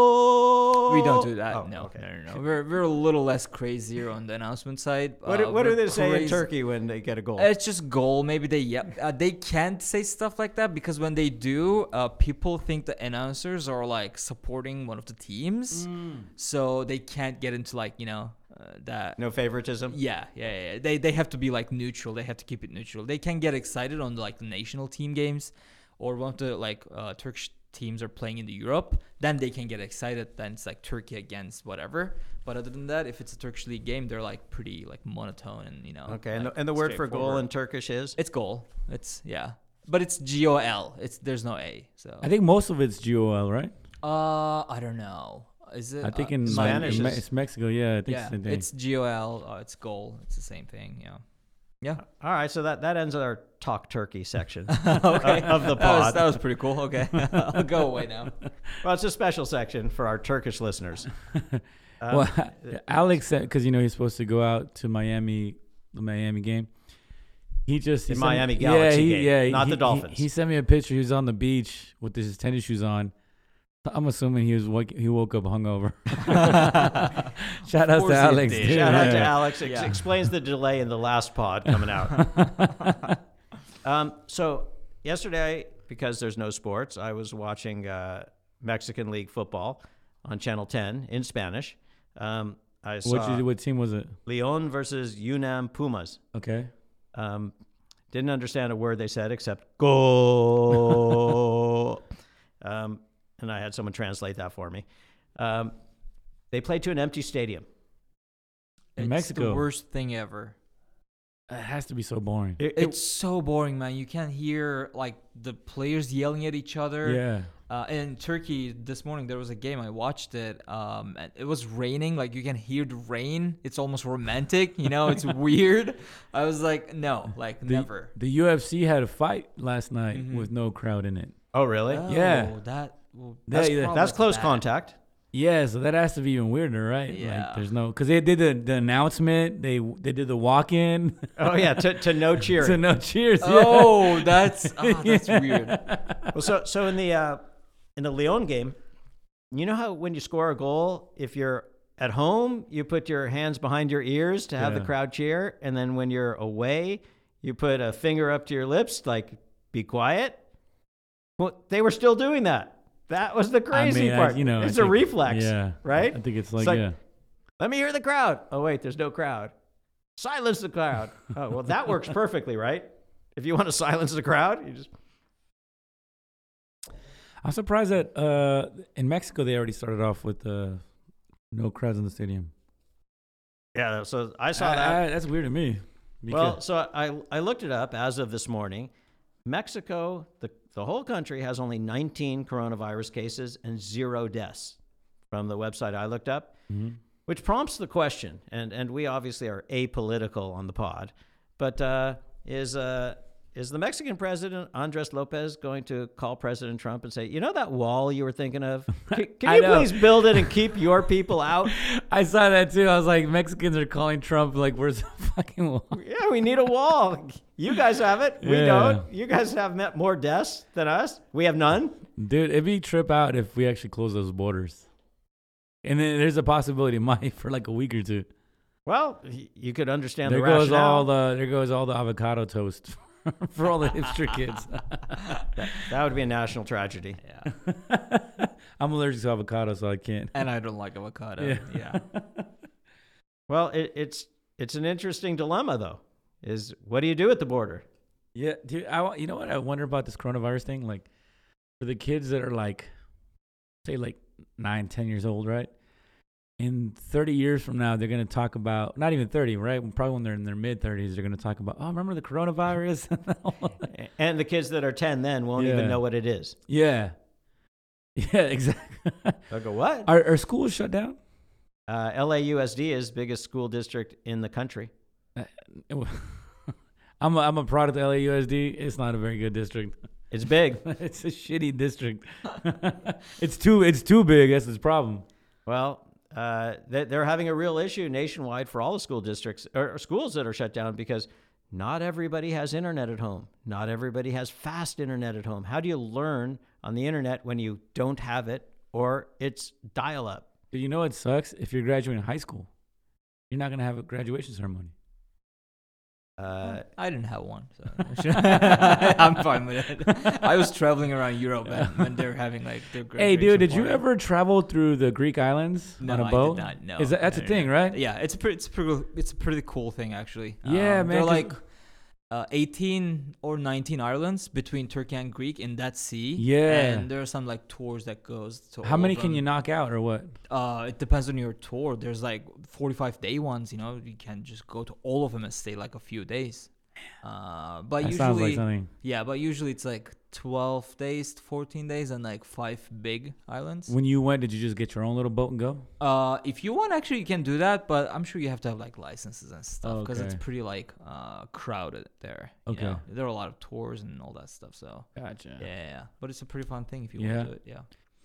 "Goal!" we don't do that. Oh, no, okay. no, no, no. We're we're a little less crazier on the announcement side. What, do- Uh, what do we're they say in crazy- Turkey when they get a goal? It's just goal. Maybe they yep. Uh, they can't say stuff like that because when they do, uh, people think the announcers are like supporting one of the teams, Mm. so they can't get into like you know uh, that. no favoritism. Yeah, yeah, yeah, yeah. They they have to be like neutral. They have to keep it neutral. They can get excited on like the national team games, or one of the like uh, Turkish teams are playing in the Europe. Then they can get excited. Then it's like Turkey against whatever. But other than that, if it's a Turkish league game, they're like pretty like monotone and you know. Okay, and, like, the, and the word for goal straightforward. in Turkish is It's goal. It's yeah, but it's G O L. It's there's no A. So I think most of it's GOL, right? uh, I don't know. Is it? I think uh, in might Spanish be. Me- is- it's Mexico. Yeah, I think yeah, it's the it's G O L. Uh, it's goal. It's the same thing. Yeah. Yeah. all right. So that that ends our talk Turkey section. okay. Of the That was, pod. that was pretty cool. Okay. I'll go away now. well, it's a special section for our Turkish listeners. Um, well, Alex, because you know he's supposed to go out to Miami, the Miami game. He just he The sent- Miami yeah, Galaxy he- game, yeah, he- not the he- Dolphins. He, sent me a picture. He was on the beach with his tennis shoes on. I'm assuming he was wake, he woke up hungover. Shout out course to he Alex. did. dude. Shout out to Yeah. Alex. Ex- Yeah. Explains the delay in the last pod coming out. um, so yesterday, because there's no sports, I was watching uh, Mexican League football on Channel 10 in Spanish. Um, I saw What, you- what team was it? Leon versus Unam Pumas. Okay. Um, didn't understand a word they said except go. um, and I had someone translate that for me. Um, they play to an empty stadium. In it's Mexico. the worst thing ever. It has to be so boring. It- it- It's so boring, man. You can't hear like the players yelling at each other. Yeah. Uh, in Turkey this morning, there was a game. I watched it. Um, and it was raining. Like you can hear the rain. It's almost romantic. You know, it's weird. I was like, no, like The, never. The UFC had a fight last night Mm-hmm. with no crowd in it. oh, really? yeah. Oh, that. well, That's- probably That's close bad. contact. Yeah, so that has to be even weirder, right? Yeah. Like, there's no because they did the, the announcement, they they did the walk in, Oh yeah, to, to no cheering. so no cheers. yeah. Oh, that's ah, that's weird. well, so so in the uh, in the Leon game, you know how when you score a goal, if you're at home, you put your hands behind your ears to have the Yeah. crowd cheer, and then when you're away, you put a finger up to your lips, like be quiet. Well, they were still doing that. That was the I crazy mean, I- part. you know, I it's a think- reflex, Yeah, right? I think it's like, yeah, Let me hear the crowd. Oh, wait, there's no crowd. Silence the crowd. Oh, well, that works perfectly, right? If you want to silence the crowd, you just. I'm surprised that uh, in Mexico they already started off with uh, no crowds in the stadium. Yeah, so I saw I- that. I- that's weird to me. Well, so I, I looked it up as of this morning. Mexico, the, the whole country, has only 19 coronavirus cases and zero deaths from the website I looked up, Mm-hmm. which prompts the question, and, and we obviously are apolitical on the pod, but uh, is, uh, is the Mexican president, Andres Lopez, going to call President Trump and say, you know that wall you were thinking of? Can, can I you know. please build it and keep your people out? I saw that too. I was like, Mexicans are calling Trump like, "Where's the fucking wall?" Yeah, we need a wall. You guys have it. We Yeah. don't. You guys have met more deaths than us. We have none. Dude, it'd be trip out if we actually close those borders. And then there's a possibility it might for like a week or two. Well, y- you could understand there the goes rationale. all the there goes all the avocado toast for all the hipster kids. that would be a national tragedy. Yeah. I'm allergic to avocado, so I can't. and I don't like avocado. Yeah. Yeah. Well, it, it's it's an interesting dilemma though. Is what do you do at the border? Yeah, dude. I wa- you know what I wonder about this coronavirus thing. Like for the kids that are like, say like nine, ten years old, right? In thirty years from now, they're gonna talk about not even thirty, right? Probably when they're in their mid thirties, they're gonna talk about. Oh, remember the coronavirus? A- And the kids that are ten then won't Yeah. even know what it is. yeah, yeah, exactly. They'll go what? are, are schools shut down? Uh, LAUSD is biggest school district in the country. I'm a, I'm a product of LAUSD. It's not a very good district. It's big. it's a shitty district. it's too it's too big. That's its problem. Well, uh, they- they're having a real issue nationwide for all the school districts or or schools that are shut down because not everybody has internet at home. Not everybody has fast internet at home. How do you learn on the internet when you don't have it or it's dial up? Dude, you know what sucks? If you're graduating high school, you're not gonna have a graduation ceremony. Uh, I didn't have one, so I'm fine with it. I was traveling around Europe and when they were having like their Hey, dude, graduation did you party. ever travel through the Greek islands No, on a I boat? did not. No, Is that, that's no, a no, thing, no. right? Yeah, it's a pretty, it's a pretty, it's a pretty cool thing actually. Um, Yeah, man, They're 'cause- like uh, 18 or 19 islands between Turkey and Greek in that sea. Yeah. and there are some like tours that goes to. How all many of can you them. knock out or what? Uh, it depends on your tour. There's like 45 day ones. You know, you can just go to all of them and stay like a few days. Uh, but that sounds like usually, something. yeah, but usually it's like 12 days, 14 days, and like five big islands. When you went, did you just get your own little boat and go? Uh, if you want, actually, you can do that, but I'm sure you have to have like licenses and stuff because it's Okay. pretty like uh crowded there. you Okay. know? there are a lot of tours and all that stuff. So Gotcha. yeah, yeah, yeah. but it's a pretty fun thing if you Yeah. want to do it. Yeah.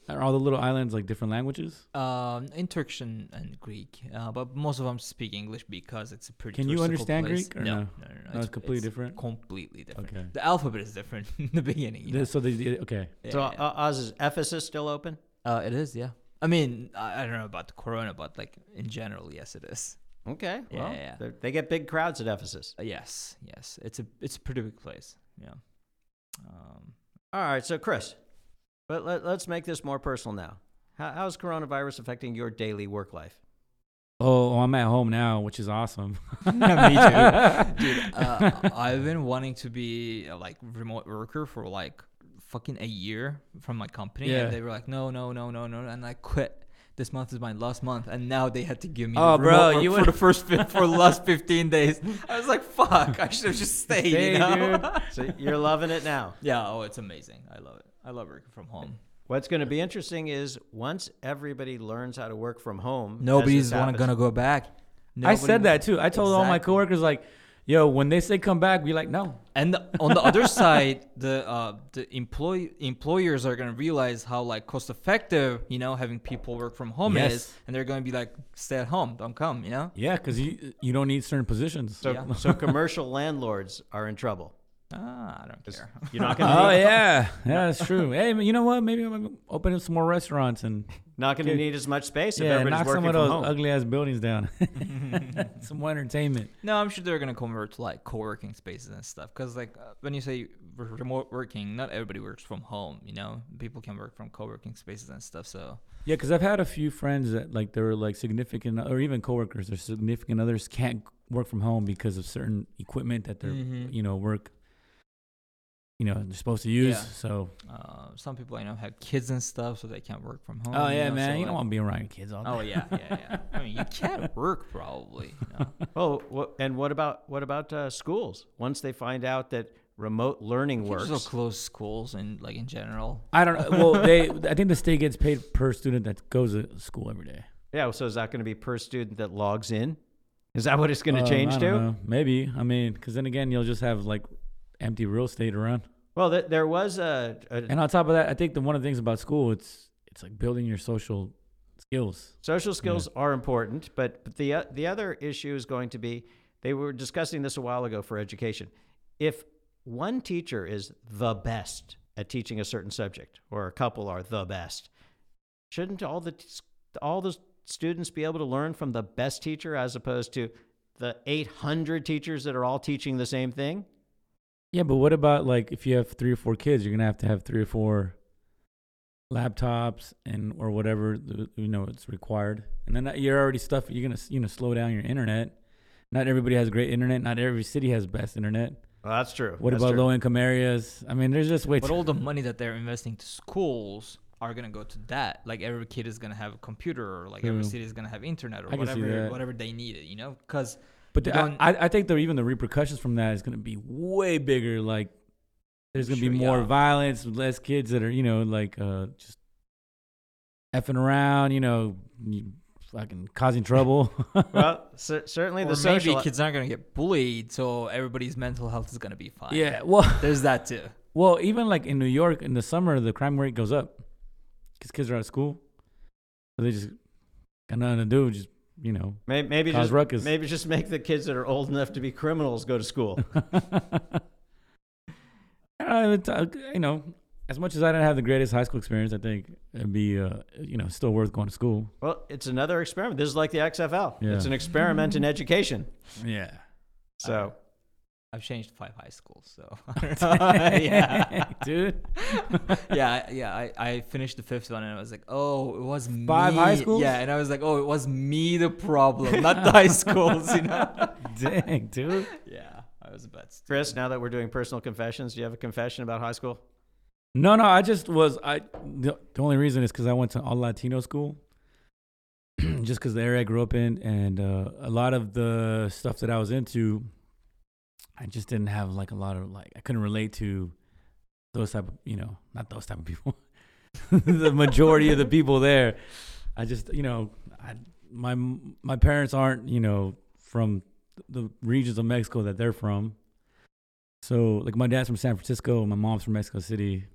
Are all the little islands like different languages? Um, in Turkish and, and Greek, uh, but most of them speak English because it's a pretty. Can you touristical understand place. Greek or no, no? no, no, no, it's completely different? Completely different. Okay. The alphabet is different in the beginning. you know? This- So they okay. Yeah, so, yeah. uh, Oz, is Ephesus still open? uh, it is. Yeah. I mean, I, I don't know about the corona, but like in general, yes, it is. Okay. Well, Yeah, yeah. they're- they get big crowds at Ephesus. Uh, yes, yes. It's a it's a pretty big place. Yeah. Um, All right. So, Chris, but let, let's make this more personal now. How, how's coronavirus affecting your daily work life? Oh, I'm at home now, which is awesome. Me too, dude. Uh, I've been wanting to be a, like remote worker for like fucking a year from my company, Yeah. and they were like, no, no, no, no, no, and I quit. This month is my last month, and now they had to give me. Oh, remote bro, work you for would- the first fif- for the last fifteen days. I was like, fuck, I should have just stayed. Stay, you know? dude. So, you're loving it now. Yeah. Oh, it's amazing. I love it. I love working from home. What's going to be interesting is once everybody's learns how to work from home, as Nobody's this wanna, happens- gonna go back. I Nobody said that too. I told all my Exactly. coworkers like, "Yo, when they say come back, be like, no, And on the other side, the uh, the employ employers are gonna realize how like cost effective, you know, having people work from home Yes. is, and they're gonna be like, stay at home, don't come, you know. yeah, because you you don't need certain positions." So, Yeah. so commercial landlords are in trouble. Ah, I don't care. You're not going to oh yeah, yeah, that's true. Hey, man, you know what? Maybe I'm gonna open up some more restaurants and not going to need as much space if yeah, everybody's knock working some of from those home. ugly ass buildings down. some more entertainment. No, I'm sure they're gonna convert to like co-working spaces and stuff. Cause like uh, when you say re- remote working, not everybody works from home, you know. People can work from co-working spaces and stuff. So Yeah, because I've had a few friends that like there were like significant or even coworkers or significant others can't work from home because of certain equipment that they're Mm-hmm. Mhm. you know work. You know they're supposed to use. Yeah. So uh, some people I know have kids and stuff, so they can't work from home. oh yeah, man, so, you don't like- want to be around your kids all day. Oh yeah, yeah, yeah. I mean, you can't work probably. you know. Oh, wha- and what about what about uh, schools? Once they find out that remote learning You works, should just close schools and like in general. I don't know. Well, they I think the state gets paid per student that goes to school every day. yeah. So is that going to be per student that logs in? Is that what it's going to Um, change I to? don't know. Maybe. I mean, because then again, you'll just have like empty real estate around. Well, th- there was a, a And on top of that, I think the one of the things about school, it's it's like building your social skills. Social skills are important, but, but the uh, the other issue is going to be they were discussing this a while ago for education. If one teacher is the best at teaching a certain subject, or a couple are the best, shouldn't all the t- all the students be able to learn from the best teacher as opposed to the 800 teachers that are all teaching the same thing? Yeah, but what about like if you have three or four kids, you're gonna have to have three or four laptops and or whatever the- you know it's required. And then that- you're already stuff. You're gonna you know slow down your internet. Not everybody has great internet. Not every city has best internet. Well, that's true. What about low income areas? I mean, there's just way But too. all the money that they're investing to schools are gonna go to that. Like every kid is gonna have a computer, or like every True. city is gonna have internet, or I can see whatever that. whatever they need it. You know, because But you the, I, don't- I I think though even the repercussions from that is going to be way bigger. Like there's going to be Sure, more yeah. violence, less kids that are you know like uh, just effing around, you know, you fucking causing trouble. Well, cer- certainly or the maybe social kids aren't gonna get bullied, so everybody's mental health is gonna be fine. yeah. Well, there's that too. well, even like in New York in the summer, the crime rate goes up because kids are out of school, so they just got nothing to do. Just you know, May- Maybe Cause just ruckus. maybe just make the kids that are old enough to be criminals go to school. I don't know, it's, uh, you know, as much as I didn't have the greatest high school experience, I think it'd be, uh, you know, still worth going to school. Well, it's another experiment. This is like the XFL. Yeah. It's an experiment in education. Yeah. Uh, So I've changed five high schools, so yeah, Dude. yeah, I- yeah. I, I finished the fifth one, and I was like, oh, it was Five me. high schools? Yeah, and I was like, oh, it was me the problem, not the high schools. You know? Dang, dude. yeah, I was a bad student. Chris, now that we're doing personal confessions, do you have a confession about high school? No, no, I just was, I, the, the only reason is because I went to all Latino school. just because the area I grew up in and uh, a lot of the stuff that I was into, I just didn't have like a lot of like, I couldn't relate to those type of, you know, not those type of people. the majority of the people there. I just, you know, I, my my parents aren't, you know, from the regions of Mexico that they're from. So, like, my dad's from San Francisco, my mom's from Mexico City.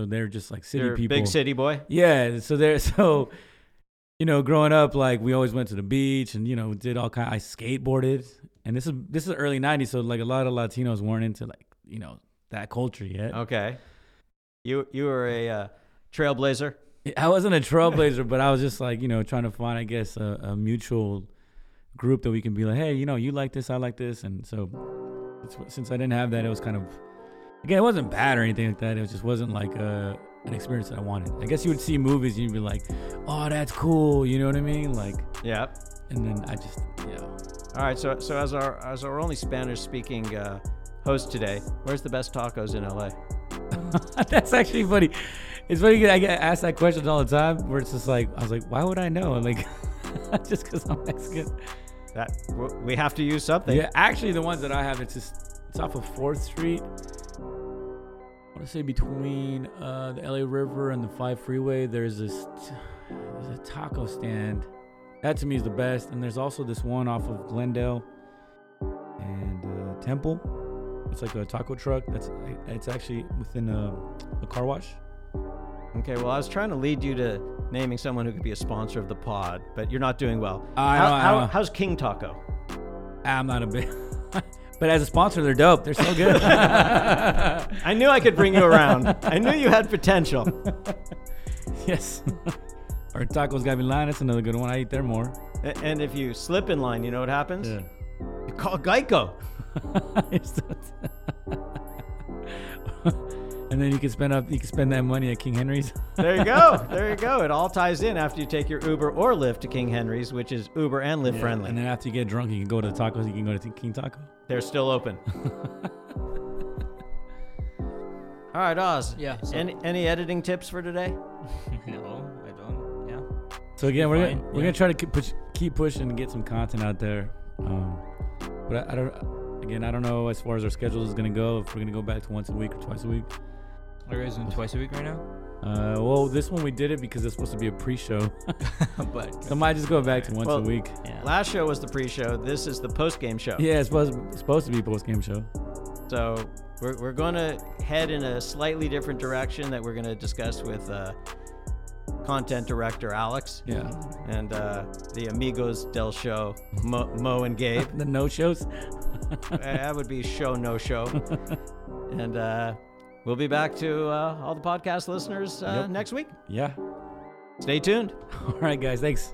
So they're just like city You're a people. big city boy. Yeah, so there, so you know, growing up, like we always went to the beach and you know did all kind. I skateboarded, and this is this is early '90s, so like a lot of Latinos weren't into like you know that culture yet. Okay. You you were a uh, trailblazer. I wasn't a trailblazer, but I was just like you know trying to find, I guess, a, a mutual group that we can be like, hey, you know, you like this, I like this, and so it's, since I didn't have that, it was kind of again, it wasn't bad or anything like that. It just wasn't like a an experience that I wanted. I guess you would see movies and you'd be like, oh, that's cool, you know what I mean, like. Yeah. and then I just yeah. All right. So so as our as our only Spanish speaking uh, host today, where's the best tacos in LA? That's actually funny. It's funny 'cause I get asked that question all the time, where it's just like I was like, why would I know? Like just because I'm Mexican. That w- we have to use something. yeah, actually the ones that I have, it's just it's off of Fourth Street. I want to say between uh, the LA River and the Five Freeway, there's this t- there's a taco stand. That to me is the best, and there's also this one off of Glendale and uh, Temple. It's like a taco truck. That's it's actually within a, a car wash. Okay. Well, I was trying to lead you to naming someone who could be a sponsor of the pod, but you're not doing well. I how, know, I how- know. how's King Taco? Ah, I'm not a big, but as a sponsor, they're dope. They're so good. I knew I could bring you around. I knew you had potential. yes. Or tacos Gavilan. That's another good one. I eat there more. A- And if you slip in line, you know what happens? You call Geico. and then you can spend up. You can spend that money at King Henry's. There you go. there you go. It all ties in after you take your Uber or Lyft to King Henry's, which is Uber and Lyft friendly. And then after you get drunk, you can go to the tacos. You can go to King Taco. They're still open. all right, Oz. Yeah, so- Any, any editing tips for today? no, I don't. Yeah. So again, we're fine, gonna, we're yeah. gonna try to keep, push, keep pushing and get some content out there. Um, but I, I don't. Again, I don't know as far as our schedule is gonna go. If we're gonna go back to once a week or twice a week. Are you guys doing twice a week right now? Uh, well, this one we did it because it's supposed to be a pre-show. but So might just go back to once Well- a week. Last show was the pre-show. This is the post-game show. Yeah, it's supposed it's supposed to be post-game show. So we're, we're going to head in a slightly different direction that we're going to discuss with uh, content director Alex Yeah. and uh, the amigos del show, Mo, Mo and Gabe. The no shows. Uh, that would be show no show. and uh, we'll be back to uh, all the podcast listeners uh, Yep. next week. Yeah. Stay tuned. All right, guys. Thanks.